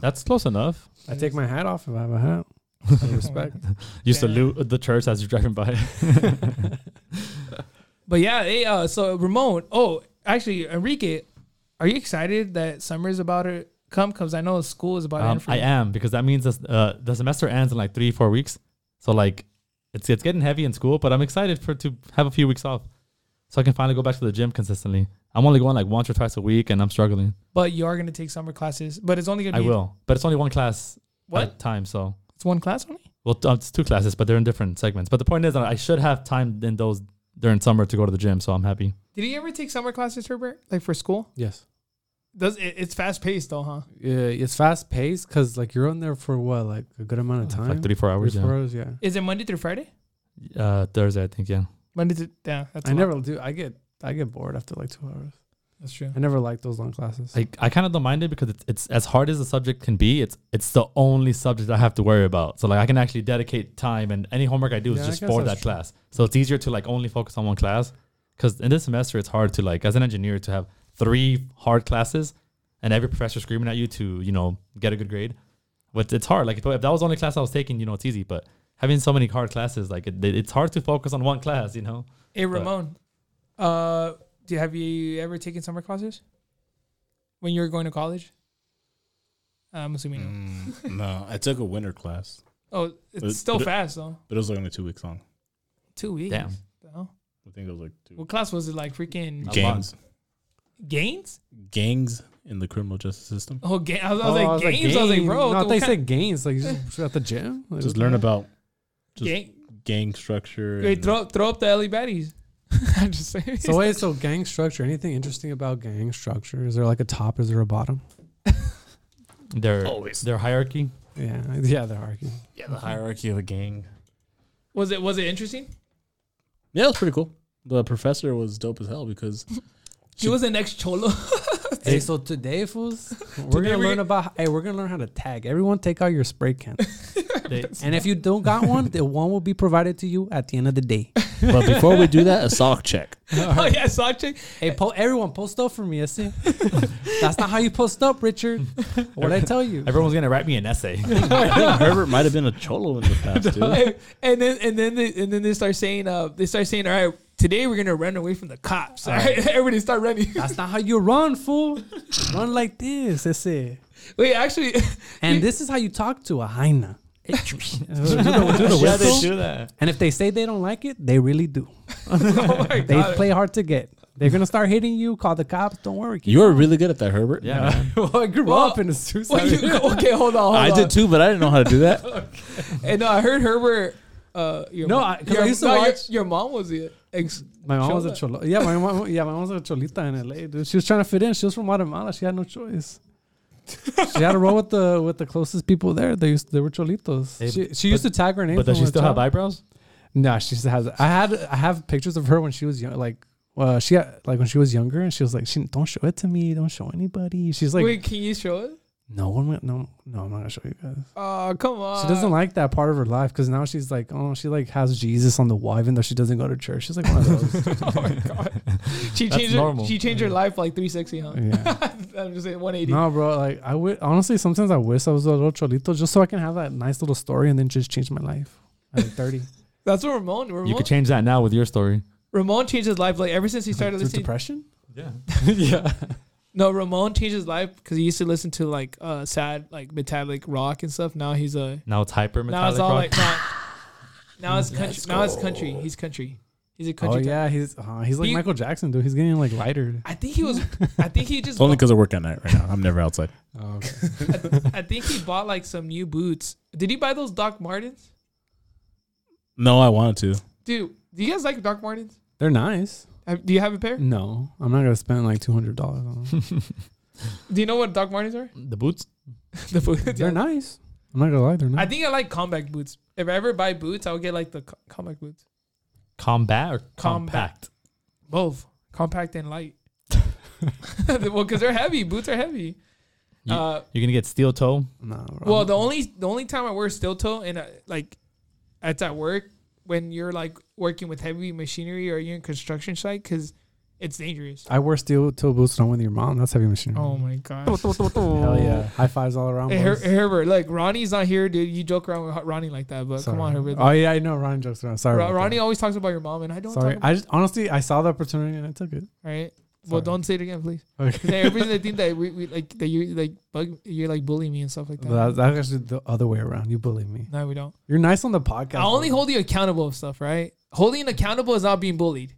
S3: That's close enough.
S1: I take my hat off if I have a [LAUGHS] hat. Out of respect.
S4: Yeah.
S3: You salute the church as you're driving by.
S4: But yeah, hey, uh, so Ramon. Oh, actually, Enrique, are you excited that summer's about to come? Because I know school is about to
S3: Um,
S4: end for
S3: I
S4: you.
S3: am because that means this, uh, the semester ends in like three, four weeks. So like, it's it's getting heavy in school, but I'm excited for to have a few weeks off, so I can finally go back to the gym consistently. I'm only going like once or twice a week, and I'm struggling.
S4: But you are going to take summer classes. But it's only going
S3: I
S4: to be
S3: will, but it's only one class at a
S4: what?
S3: time. So
S4: It's one class only.
S3: well, t- uh, it's two classes, but they're in different segments. But the point is, that I should have time in those during summer to go to the gym. So I'm happy.
S4: Did he ever take summer classes, Herbert? Like for school?
S1: yes.
S4: Does it, it's fast paced though, huh?
S1: Yeah, it's fast paced because like you're on there for what like a good amount of time.
S3: Like three, four hours.
S1: Three,
S3: yeah.
S1: four hours. Yeah.
S4: Is it Monday through Friday?
S3: Uh, Thursday, I think. Yeah.
S4: Monday to yeah. That's a
S1: I
S4: lot.
S1: never do. I get. I get bored after like two hours.
S4: That's true.
S1: I never like those long classes.
S3: I, I kind of don't mind it because it's, it's as hard as the subject can be. It's it's the only subject I have to worry about. So like I can actually dedicate time and any homework I do
S1: Yeah,
S3: is
S1: I
S3: just
S1: guess
S3: for that
S1: that's true.
S3: class. So it's easier to like only focus on one class because in this semester it's hard to like as an engineer to have three hard classes and every professor screaming at you to you know get a good grade. But it's hard. Like if, if that was the only class I was taking, you know, it's easy. But having so many hard classes, like it, it's hard to focus on one class. You know,
S4: Hey Ramon, uh, do have you ever taken summer classes when you were going to college? I'm assuming. no.
S2: Mm, no, I took a winter class,
S4: Oh, it's
S2: But-
S4: still
S2: but it-
S4: fast though.
S2: but it was like only two weeks long.
S4: Two weeks.
S3: Damn.
S4: though.
S2: I think it was like two
S4: What class was it? Like freaking
S3: Ga-
S2: gangs,
S4: gains?
S2: gangs in the criminal justice system.
S4: Oh, ga- I was, I
S1: Oh,
S4: was like gains. I was like,
S1: gains.
S4: bro,
S1: No, I
S4: what
S1: thought you
S4: kind-
S1: said gains. Like you just at the gym. Like,
S2: Just
S1: what
S2: learn
S1: the-
S2: about just
S4: gang.
S2: gang structure.
S4: Wait,
S2: and-
S4: throw throw up the Ellie baddies. [LAUGHS] I'm just saying.
S1: So wait, so gang structure. Anything interesting about gang structure? Is there like a top? Is there a bottom?
S3: their
S2: Always.
S3: their [LAUGHS] hierarchy.
S1: Yeah, [LAUGHS] yeah, there are.
S2: yeah, the hierarchy of a gang.
S4: was it was it interesting?
S2: Yeah, it was pretty cool. The professor was dope as hell [LAUGHS] because
S4: She was an ex cholo.
S1: Hey, so today, fools, [LAUGHS] we're
S4: Today
S1: gonna
S4: we're
S1: learn about. Hey, we're gonna learn how to tag. Everyone, take out your spray [LAUGHS] can,
S3: They,
S1: and if you don't got one, the one will be provided to you at the end of the [LAUGHS] day.
S2: but before we do that, a sock [LAUGHS] check.
S4: [LAUGHS] oh yeah, sock check.
S1: Hey, po- everyone, post up for me. That's it. [LAUGHS] That's not how you post up, [LAUGHS] Richard. What I tell you?
S3: everyone's gonna write me an [LAUGHS] essay.
S2: Herbert might have been a cholo in the [LAUGHS] past, dude.
S4: and then and then they, and then they start saying uh they start saying all right today we're gonna run away from the cops all right, [LAUGHS] everybody start running
S1: That's not how you run, fool. Run like this. That's it.
S4: wait actually [LAUGHS]
S1: And this is how you talk to a hyena. do the, do the
S3: Yeah, [LAUGHS] they
S1: whistle.
S3: do that.
S1: And if they say they don't like it, they really do.
S4: oh my
S1: [LAUGHS] They
S4: god
S1: play hard to get. They're gonna start hitting you. Call the cops. Don't worry. kid.
S2: You were really good at that, Herbert.
S3: Yeah. man.
S1: [LAUGHS] well, I grew
S4: Well,
S1: up in a
S4: Well,
S1: suicide.
S4: you- [LAUGHS] okay hold on hold
S2: I
S4: on.
S2: did too, but I didn't know how to do [LAUGHS] that.
S4: and no, I heard Herbert uh your
S1: No,
S4: mom,
S1: I- 'cause I
S4: your,
S1: used to
S4: your-
S1: watch-
S4: your, mom was it ex-
S1: my mom was a
S4: Chola.
S1: cholo. Yeah, my mom. Yeah, my mom was a cholita in L.A. Dude, she was trying to fit in. She was from Guatemala. She had no choice. she had to roll with the with the closest people there. They used they were cholitos.
S3: Hey,
S1: she she used to tag her name.
S3: But does
S1: from
S3: she
S1: a
S3: still have
S1: child.
S3: eyebrows?
S1: No, she still has. I had I have pictures of her when she was young, like. Uh, she had, like when she was younger, and she was like, "She don't show it to me, don't show anybody." She's like,
S4: Wait, can you show it?
S1: "No one, went- no, no, I'm not gonna show you guys."
S4: Oh, come on.
S1: She doesn't like that part of her life because now she's like, oh, she like has Jesus on the wall, even though she doesn't go to church. She's like one of
S4: [LAUGHS]
S1: those.
S4: oh my god. She
S3: That's
S4: changed her,
S3: normal.
S4: she changed her life like 360, huh? [LAUGHS]
S1: yeah.
S4: I'm just saying 180.
S1: No, bro. Like I would honestly sometimes I wish I was a little cholito just so I can have that nice little story and then just change my life. At like
S4: [LAUGHS]
S1: thirty
S4: That's what Ramon
S3: You
S4: Ramon,
S3: could change that now with your story.
S4: Ramon changed his life like ever since he started
S1: through
S4: listening.
S1: depression.
S3: [LAUGHS] Yeah.
S1: yeah.
S4: No, Ramon changed his life because he used to listen to like uh sad like metallic rock and stuff. Now he's a
S3: Now it's hyper
S4: now
S3: metallic
S4: it's all
S3: rock.
S4: like now,
S1: [LAUGHS]
S4: now it's country. Now it's country. He's country. He's a
S1: Oh
S4: country. type.
S1: yeah, he's uh, he's like
S4: You-
S1: Michael Jackson, dude. He's getting like
S4: [LAUGHS]
S1: lighter.
S4: I think he was. I think he just.
S2: It's [LAUGHS] only because I work at night right now. I'm never outside.
S1: Oh, okay. [LAUGHS]
S4: I think he bought like some new boots. Did he buy those Doc Martens?
S2: No, I wanted to.
S4: Dude, do you guys like Doc Martens?
S1: They're nice.
S4: Have- Do you have a pair?
S1: No, I'm not gonna spend like two hundred dollars on
S4: [LAUGHS]
S1: them.
S4: Do you know what Doc Martens are? [LAUGHS]
S3: the boots?
S4: the boots.
S1: They're nice. I'm not gonna lie, they're
S4: I
S1: nice.
S4: think I like combat boots. If I ever buy boots, I would get like the co- combat boots.
S3: Combat or
S4: Compact.
S3: compact?
S4: Both compact and light. [LAUGHS] well, because they're heavy. Boots are heavy.
S3: You-
S4: uh,
S3: You're going to get steel toe?
S1: Nah, bro.
S4: well, the only the only time I wear steel toe and I, like it's at work when you're like working with heavy machinery or you're in construction site because it's dangerous.
S1: I wear steel toe boots when I'm with your mom. That's heavy machinery.
S4: Oh my god.
S1: Hell yeah. High fives all around.
S4: Hey, Her-
S1: boys.
S4: Herbert, like Ronnie's not here, dude. You joke around with Ronnie like that, but
S1: Sorry.
S4: come on, Herbert.
S1: Oh yeah, I know Ronnie jokes around. Sorry.
S4: Ro-
S1: about
S4: Ronnie always talks about your mom, and I
S1: that.
S4: don't.
S1: Sorry.
S4: Talk about,
S1: I just honestly I saw the opportunity and I took it. [LAUGHS]
S4: right. Well,
S1: Sorry.
S4: don't say it again, please.
S1: Okay.
S4: Because everybody's gonna think that we, we like that you like bug you're like bullying me and stuff like that.
S1: That's, that's actually the other way around. You bully me.
S4: no, we don't.
S1: You're nice on the podcast.
S4: I only
S1: bro.
S4: hold you accountable of stuff, right? Holding accountable is not being bullied.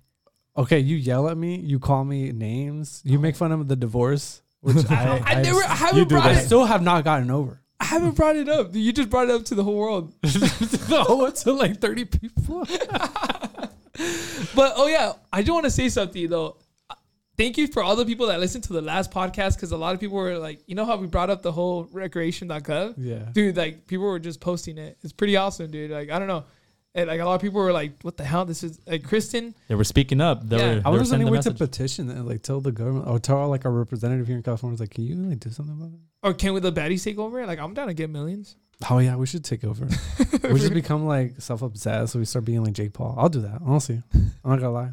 S1: Okay, you yell at me. You call me names.
S4: Oh.
S1: You make fun of the divorce, which I,
S4: I, never,
S2: you
S4: I haven't
S2: do
S4: brought
S1: I
S2: that.
S4: it.
S1: still have not gotten
S4: [LAUGHS]
S1: over.
S4: I haven't brought it up. You just brought it up to the whole world. [LAUGHS]
S1: no, to like 30 people.
S4: But oh yeah, I do want to say something though. Thank you for all the people that listened to the last podcast because a lot of people were like, you know how we brought up the whole recreation.gov?
S1: Yeah.
S4: dude like people were just posting it it's pretty awesome dude like i don't know and like a lot of people were like what the hell this is like kristen
S3: They were speaking up. They
S4: Yeah.
S3: were,
S1: I
S3: they were
S1: was
S3: sending
S1: only
S3: the
S1: way to
S3: message.
S1: petition and like tell the government or tell like our representative here in California, was like, can you like do something about it?
S4: or can we the baddies take over like i'm down to get millions
S1: Oh yeah, we should take [LAUGHS] over. we just become like self obsessed. So we start being like Jake Paul. I'll do that. [LAUGHS] Honestly, I'm not gonna lie.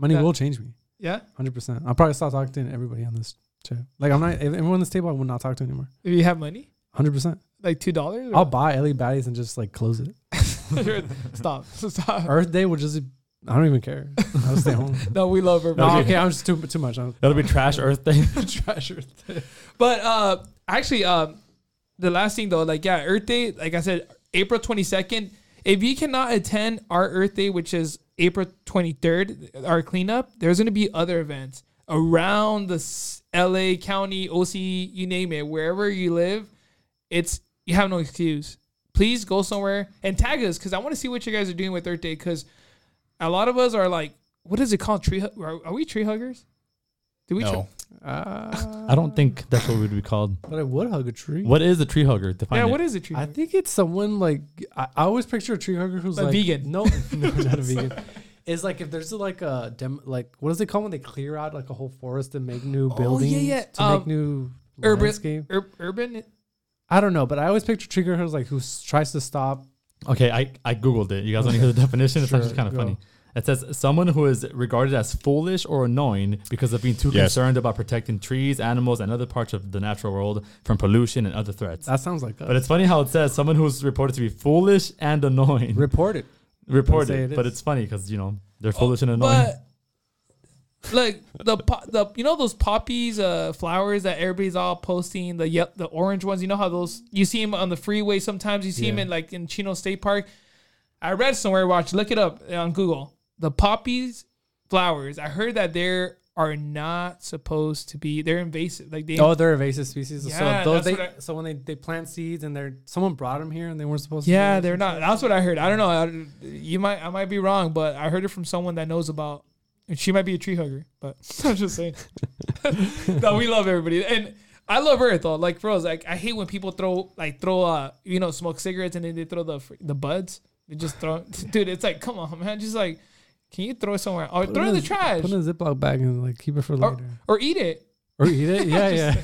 S1: Money
S4: That-
S1: will change me.
S4: yeah
S1: Hundred percent. I'll probably stop talking to everybody on this chair. Like I'm not everyone on this table. I will not talk to anymore.
S4: if you have money
S1: Hundred percent.
S4: like two dollars
S1: I'll buy Ellie Baddies and just like close it.
S4: [LAUGHS]
S1: [LAUGHS]
S4: stop stop
S1: Earth Day will just. I don't even care. I'll stay [LAUGHS] home.
S4: no we love her
S1: No,
S4: bro.
S3: Okay.
S1: okay, I'm just too too much. I'm,
S3: That'll be trash Earth Day.
S4: [LAUGHS]
S3: [LAUGHS]
S1: treasure.
S4: but uh actually um the last thing though like yeah earth day like i said april 22nd if you cannot attend our earth day which is april 23rd our cleanup there's going to be other events around the s- la county oc you name it wherever you live it's you have no excuse please go somewhere and tag us because i want to see what you guys are doing with earth day because a lot of us are like what is it called tree hu- are, are we tree huggers do we
S2: no,
S4: tr-
S1: Uh,
S3: I don't think that's what we'd be called.
S1: But I would hug a tree.
S3: What is a tree hugger? Define
S4: yeah
S3: it.
S4: what is a tree
S1: I
S4: hugger?
S1: think it's someone like I, I always picture a tree hugger who's
S4: A
S1: like
S4: vegan.
S1: No, [LAUGHS] no, not a vegan. It's like if there's like a dem, like what is it called when they clear out like a whole forest and make new
S4: yeah,
S1: buildings
S4: yeah.
S1: to
S4: Um,
S1: make new
S4: urban-
S1: landscape?
S4: Ur- urban
S1: I don't know, but I always picture tree huggers like who s- tries to stop.
S3: Okay, I, I googled it. You guys want to
S4: [LAUGHS]
S3: hear the definition? It's
S1: Sure,
S3: actually kind of
S1: go.
S3: funny. It says someone who is regarded as foolish or annoying because of being too
S2: Yes.
S3: concerned about protecting trees, animals, and other parts of the natural world from pollution and other threats.
S1: That sounds like
S3: But
S1: us.
S3: it's funny how it says someone who's reported to be foolish and annoying.
S1: Report it. say
S3: [LAUGHS] reported,
S1: it
S3: but
S1: is.
S3: it's funny because you know they're foolish and annoying.
S4: Oh, But like the po- the you know those poppies uh flowers that everybody's all posting the ye- the orange ones you know how those you see them on the freeway sometimes you see them
S1: Yeah.
S4: in like in Chino State Park. I read somewhere watch look it up on Google the poppies flowers. I heard that they are not supposed to be they're invasive like they
S1: Oh, they're invasive species.
S4: Yeah,
S1: so
S4: that's
S1: those they,
S4: what I-
S1: so when they, they plant seeds and they're someone brought them here and they weren't supposed to.
S4: yeah they're not that's what I heard. I don't know I, you might I might be wrong but I heard it from someone that knows about [LAUGHS] and she might be a tree hugger but I'm just saying. no, we love everybody. And I love Earth though. Like bros, like I hate when people throw like throw uh you know smoke cigarettes and then they throw the fr- the buds. They just throw, [LAUGHS] dude. It's like come on, man. Just like, can you throw it somewhere or throw it in the trash
S1: Put it in a Ziploc bag and like keep it for
S4: or,
S1: later.
S4: or eat it
S1: Or, eat
S4: [LAUGHS]
S1: it. Yeah, yeah.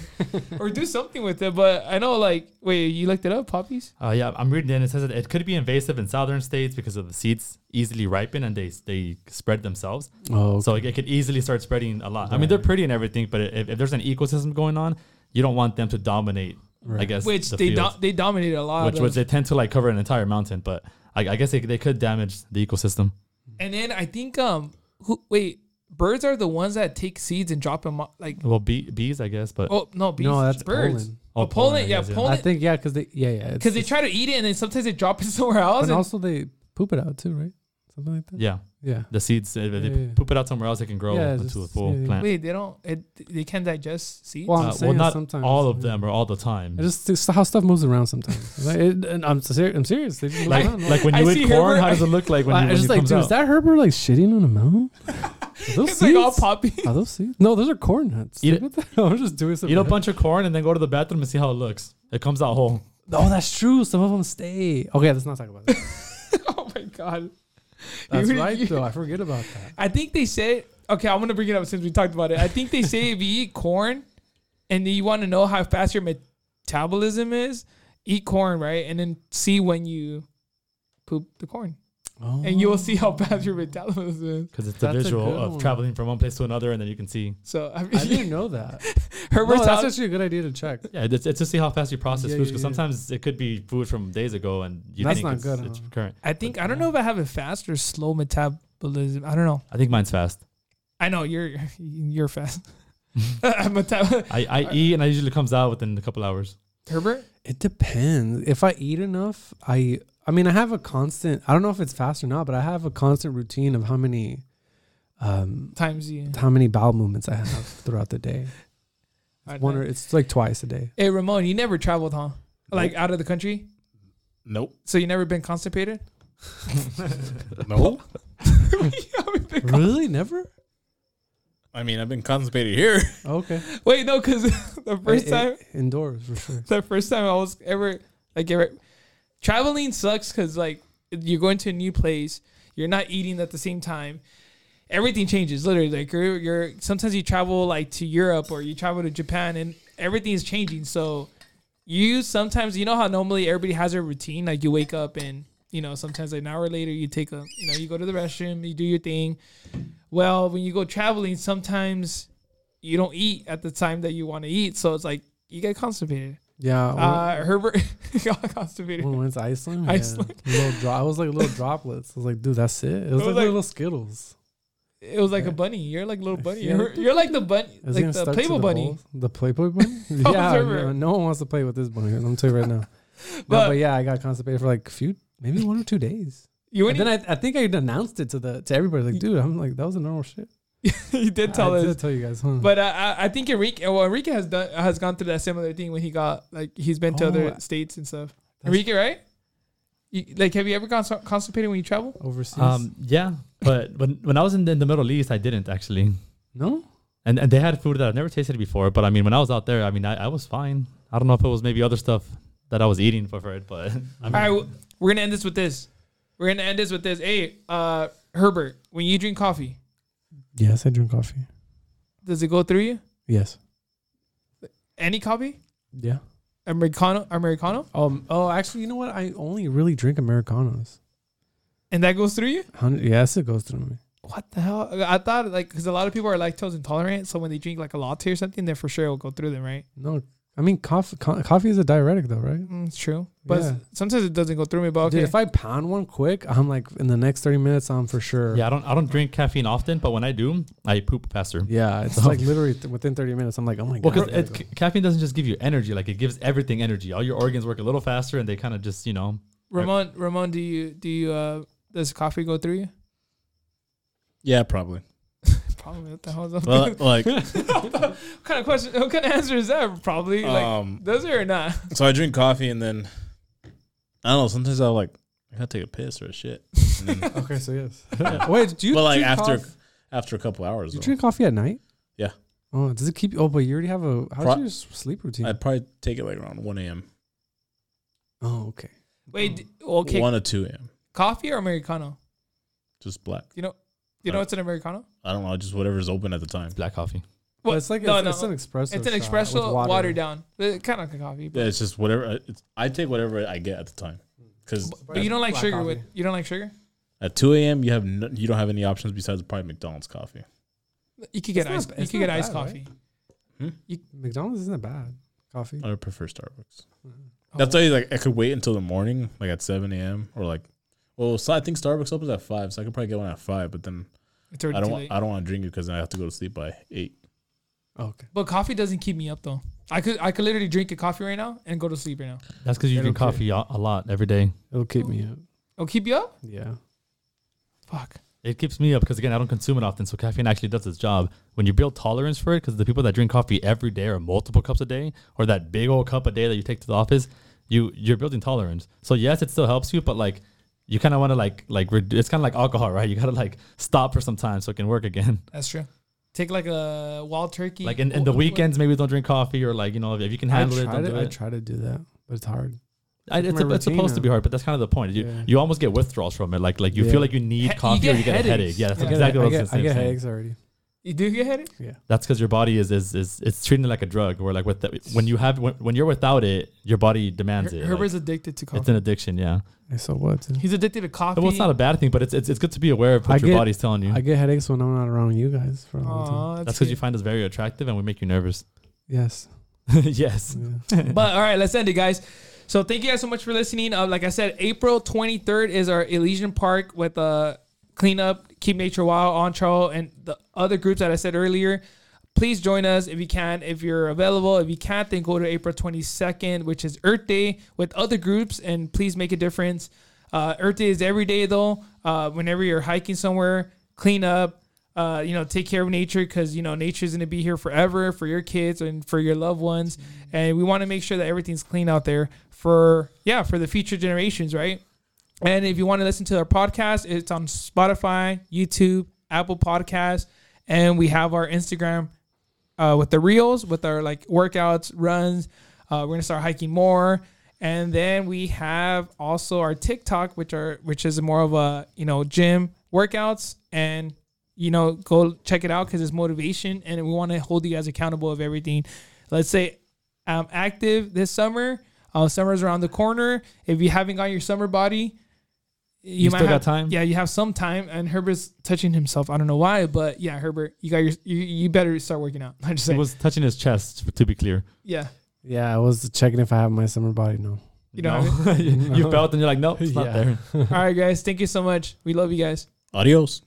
S4: or do something with it. But I know like wait, you looked it up, poppies.
S3: Uh, yeah, I'm reading it. and It says that it could be invasive in southern states because of the seeds easily ripen and they they spread themselves.
S1: Oh,
S3: So it, it could easily start spreading a lot. I mean, they're
S1: Right.
S3: pretty and everything, but if, if there's an ecosystem going on, you don't want them to dominate. I
S1: Right.
S3: guess
S4: Which
S3: the
S4: they
S3: field,
S4: do- they dominated a lot.
S3: which
S4: of
S3: which they tend to like cover an entire mountain, but I, I guess they, they could damage the ecosystem.
S4: And then I think um who wait birds are the ones that take seeds and drop them like
S3: Well, bee, bees, I guess, but
S4: oh no bees
S1: no, that's
S4: birds.
S1: Poland.
S4: Oh,
S3: Oh,
S4: Poland,
S3: Poland, I
S4: yeah,
S3: guess,
S1: I
S3: yeah.
S4: Poland,
S1: think yeah, because they yeah yeah it's-
S4: because they try to eat it and then sometimes they drop it [LAUGHS] somewhere else.
S1: and
S4: And
S1: also they poop it out too, right? Something like that.
S3: yeah,
S1: Yeah.
S3: the seeds if they
S1: Yeah, yeah.
S3: poop it out somewhere else, they can grow
S1: Yeah,
S3: into
S1: just-
S3: a full
S1: yeah, yeah.
S3: plant.
S4: wait, they don't. It, they can digest seeds. [LAUGHS]
S1: Well, I'm
S3: Uh, well,
S1: saying
S3: not
S1: sometimes
S3: all of
S1: yeah.
S3: them or all the time.
S1: It's just it's how stuff moves around
S3: [LAUGHS]
S1: sometimes. like, it, and I'm ser- I'm serious. They just move
S3: Like,
S1: around.
S3: like when
S4: I
S3: you
S4: see
S3: eat
S4: Herbert-
S3: corn, how does it look like when
S1: I-
S3: you
S1: I
S3: when
S1: was
S3: it
S1: just like,
S3: comes
S1: dude, is
S3: out?
S1: that Herbert like shitting on a
S3: [LAUGHS]
S1: mountain? Are those
S4: it's like all
S1: seeds?
S4: poppy. [LAUGHS]
S1: Are those seeds? No, those are corn nuts.
S3: Eat
S1: Like, what the [LAUGHS] hell? I'm just doing something.
S3: Eat a bunch of corn and then go to the bathroom and see how it looks. It comes out whole.
S1: oh, that's true. Some of them stay. Okay, let's not talk about
S3: [LAUGHS]
S1: that.
S4: oh my god.
S1: That's
S4: You- you-
S1: right, though. I forget about that.
S4: I think they say. Okay, I'm gonna bring it up since we talked about it. I think they say if you eat corn, and you want to know how fast your metabolism is, eat corn right, and then see when you poop the corn,
S1: Oh.
S4: and you'll see how fast your metabolism is.
S3: Because it's the
S1: That's a
S3: visual
S1: good
S3: of
S1: one.
S3: traveling from one place to another, and then you can see.
S4: So I mean,
S3: [LAUGHS]
S1: I didn't know that. no,
S4: Herbert's
S1: that's
S4: house.
S1: actually a good idea to check.
S3: Yeah, it's, it's to see how fast you process
S1: Yeah,
S3: foods.
S1: yeah,
S3: Because
S1: yeah.
S3: sometimes it could be food from days ago, and you
S1: That's
S3: think
S1: not
S3: it's,
S1: good,
S3: it's
S1: huh?
S3: current.
S4: I think I don't know if I have a fast or slow metabolism. I don't know.
S3: I think mine's fast.
S4: I know you're [LAUGHS] you're fast. [LAUGHS] I'm a tab-
S3: I, I eat, and it usually comes out within a couple hours.
S4: Herbert.
S1: It depends. If I eat enough, I I mean I have a constant. I don't know if it's fast or not, but I have a constant routine of how many, um,
S4: Times you.
S1: how many bowel movements I have [LAUGHS] throughout the day.
S4: I
S1: One or
S4: know.
S1: it's like twice a day.
S4: Hey Ramon, you never traveled, huh? Like out of the country,
S2: Nope.
S4: so you never been constipated. [LAUGHS]
S2: No.
S1: Really, never.
S2: I mean, I've been constipated here.
S1: Okay.
S4: Wait, no, because [LAUGHS] the first
S1: I- I-
S4: time,
S1: indoors for sure.
S4: [LAUGHS] the first time I was ever like ever traveling sucks because like you're going to a new place, you're not eating at the same time. Everything changes literally. Like you're, you're sometimes you travel like to Europe or you travel to Japan and everything is changing. So you sometimes you know how normally everybody has a routine. Like you wake up and you know sometimes an hour later you take a you know you go to the restroom you do your thing. Well, when you go traveling, sometimes you don't eat at the time that you want to eat. So it's like you get constipated.
S1: Yeah. when-
S4: Uh, Herbert [LAUGHS] got constipated.
S1: when we went to Iceland, yeah.
S4: Iceland.
S1: [LAUGHS] little dro- I was like little droplets. I was like, dude, that's it. It was,
S4: was
S1: like,
S4: like-
S1: little Skittles.
S4: It was like a bunny. You're like a little bunny.
S1: Yeah.
S4: You're, you're like the bunny,
S1: It was
S4: like
S1: even
S4: the
S1: stuck to
S4: Playboy
S1: the
S4: bunny. Oh,
S1: holes. The Playboy bunny.
S4: [LAUGHS] was
S1: yeah,
S4: over.
S1: no, no one wants to play with this bunny. I'm telling you right now. No,
S4: But-
S1: but, yeah, I got constipated for like a few, maybe one or two
S4: [LAUGHS]
S1: days.
S4: You
S1: And
S4: went.
S1: then I, I think I announced it to the to everybody. Like, dude, I'm like, that was a normal shit.
S4: [LAUGHS] you did tell
S1: I
S4: us.
S1: did tell you guys, huh?
S4: But uh, I, I think Enrique, well, Enrique has done has gone through that similar thing when he got like he's been to
S1: Oh,
S4: other states and stuff.
S1: That's-
S4: Enrique, right? You, like, have you ever gone so- constipated when you travel?
S1: overseas,
S3: Um, yeah, but when when I was in the, in the Middle East, I didn't actually,
S1: no,
S3: and and they had food that I've never tasted before. But I mean, when I was out there, I mean, I, I was fine. I don't know if it was maybe other stuff that I was eating for for it, but [LAUGHS] I mean,
S4: All right, w- we're gonna end this with this. We're gonna end this with this. Hey, uh, Herbert, when you drink coffee,
S1: yes, I drink coffee.
S4: does it go through you?
S1: Yes,
S4: Any coffee?
S1: yeah.
S4: Americano, Americano,
S1: Um. Oh, actually, you know what? I only really drink Americanos.
S4: and that goes through you.
S1: Hundred. Yes, it goes through me.
S4: What the hell? I thought like because a lot of people are lactose intolerant, so when they drink like a latte or something, then for sure it'll go through them, right?
S1: No, I mean coffee. Co- coffee is a diuretic, though, right?
S4: Mm, it's true, but
S1: Yeah.
S4: sometimes it doesn't go through me. But okay,
S1: Dude, if I pound one quick, I'm like in the next thirty minutes, I'm for sure.
S3: yeah, I don't I don't drink caffeine often, but when I do, I poop faster.
S1: Yeah, it's
S4: [LAUGHS]
S3: So-
S1: like literally th- within 30 minutes, I'm like, oh my
S3: Well,
S1: god. I gotta
S3: because
S1: go.
S3: ca- caffeine doesn't just give you energy; like it gives everything energy. All your organs work a little faster, and they kind of just, you know,
S4: Ramon, Ramon, do you do you uh does coffee go through you? [LAUGHS]
S2: Yeah, probably.
S4: Probably. What the hell is up?
S2: Well, [LAUGHS] like,
S4: what kind of question? What kind of answer is that? Probably like
S2: um,
S4: does it or not? [LAUGHS]
S2: so I drink coffee and then I don't know. Sometimes I'll like I gotta take a piss or a shit. And then,
S1: okay, so yes. [LAUGHS] Wait, do you?
S2: but like
S1: drink
S2: after
S1: coff-
S2: after a couple hours,
S1: you
S2: though.
S1: drink coffee at night?
S2: Yeah.
S1: Oh, does it keep? Oh, but you already have a. How's
S2: Pro-
S1: your s- sleep routine?
S2: I'd probably take it like around 1 a.m.
S1: oh, okay.
S4: Wait, d- okay.
S2: 1 or 2 a.m.
S4: Coffee or Americano?
S2: Just black.
S4: You know
S2: Uh,
S4: what's an Americano?
S2: I don't know. Just whatever's open at the time.
S3: It's black coffee.
S1: Well, it's like
S4: no,
S1: it's,
S4: no.
S1: it's an espresso.
S4: It's an
S1: shot with
S4: espresso
S1: water.
S4: watered down. Kind of like a coffee. But,
S2: Yeah, it's just whatever. I- It's, I take whatever I get at the time. Because
S4: but you don't like
S1: Black
S4: sugar
S1: coffee.
S4: with you don't like sugar?
S2: at 2 a.m. you have no, you don't have any options besides probably McDonald's coffee.
S4: You could get
S1: It's
S4: ice
S1: not-
S4: you
S1: it's
S4: could
S1: not
S4: get iced
S1: bad, right?
S4: coffee.
S1: McDonald's isn't that bad. Coffee.
S2: I would prefer Starbucks.
S4: Oh.
S2: That's why like I could wait until the morning, like at 7 a.m. or like, well, so I think Starbucks opens at five, so I could probably get one at five. But then
S4: It's already
S2: I
S4: too
S2: don't
S4: late.
S2: I don't want to drink it because I have to go to sleep by eight.
S1: Oh, okay.
S4: But coffee doesn't keep me up though. I could I could literally drink a coffee right now and go to sleep right now.
S3: That's because you
S1: Yeah,
S3: drink
S1: okay.
S3: coffee a, a lot every day.
S1: It'll keep me up.
S4: It'll keep you up?
S1: Yeah.
S4: Fuck.
S3: It keeps me up because again, I don't consume it often, so caffeine actually does its job. When you build tolerance for it, because the people that drink coffee every day or multiple cups a day, or that big old cup a day that you take to the office, you you're building tolerance. So yes, it still helps you, but like you kind of want to like like redu- it's kind of like alcohol, right? You gotta like stop for some time so it can work again.
S4: That's true. Take like a wild turkey.
S3: Like in, in the
S4: Wh- wh-
S3: weekends, maybe don't drink coffee or like you know if you can
S1: I
S3: handle it,
S1: try
S3: don't
S1: to,
S3: do
S1: I
S3: it.
S1: try to do that, but it's hard.
S3: I,
S1: my
S3: it's, a- it's
S1: routine
S3: supposed to
S1: now.
S3: be hard, but that's kind of the point. You
S1: Yeah.
S3: you almost get withdrawals from it. Like like you
S1: Yeah.
S3: feel like you need
S4: He- you
S3: coffee or
S4: get
S3: you get a headache.
S4: headaches.
S3: Yeah, that's
S4: Yeah.
S1: I get,
S3: exactly
S1: I
S3: what I was
S1: get, I
S3: gonna
S1: get
S3: say.
S1: headaches already.
S4: You do get headache?
S3: That's because your body is is is it's treating it like a drug. Where like with the, when you have when, when you're without it, your body demands
S4: Her-
S3: it. Like,
S4: Herbert's addicted to
S3: it's
S4: coffee.
S3: an addiction. Yeah.
S1: Hey, so what? dude?
S4: He's addicted to coffee.
S3: Well, it's not a bad thing, but it's it's, it's good to be aware of what
S1: I
S3: your
S1: get-
S3: body's telling you.
S1: I get headaches when I'm not around you guys for a long time.
S4: Aw,
S3: that's because you
S4: cute.
S3: find us very attractive and we make you nervous. [LAUGHS]
S1: Yes.
S3: yes.
S1: Yeah. [LAUGHS]
S4: but all right, let's end it, guys. So thank you guys so much for listening. Uh, like I said, April 23rd is our Elysian Park with uh, cleanup, keep nature wild, on trail, and the other groups that I said earlier. Please join us if you can. If you're available, if you can't, then go to April 22nd, which is Earth Day, with other groups, and please make a difference. Uh, Earth Day is every day though. Uh, whenever you're hiking somewhere, clean up. Uh, you know, take care of nature because you know nature's gonna be here forever for your kids and for your loved ones, and we want to make sure that everything's clean out there for yeah for the future generations, right? And if you want to listen to our podcast, it's on Spotify, YouTube, Apple Podcasts, and we have our Instagram uh, with the reels, with our like workouts, runs. Uh, we're gonna start hiking more, and then we have also our TikTok, which are which is more of a you know gym workouts, and you know go check it out because it's motivation, and we want to hold you guys accountable of everything. Let's say I'm active this summer. Uh, summer's around the corner. If you haven't got your summer body, you,
S3: You still
S4: have,
S3: got time?
S4: Yeah, you have some time. And Herbert's touching himself. I don't know why, but yeah, Herbert, you got your you, you better start working out. [LAUGHS] I'm just
S3: He
S4: saying.
S3: was touching his chest to be clear.
S4: yeah,
S1: Yeah, I was checking if I have my summer body. No.
S4: You don't
S3: [LAUGHS] No. you felt and you're like, nope, it's not
S1: Yeah.
S3: there.
S4: All right, guys. Thank you so much. We love you guys.
S2: Adios.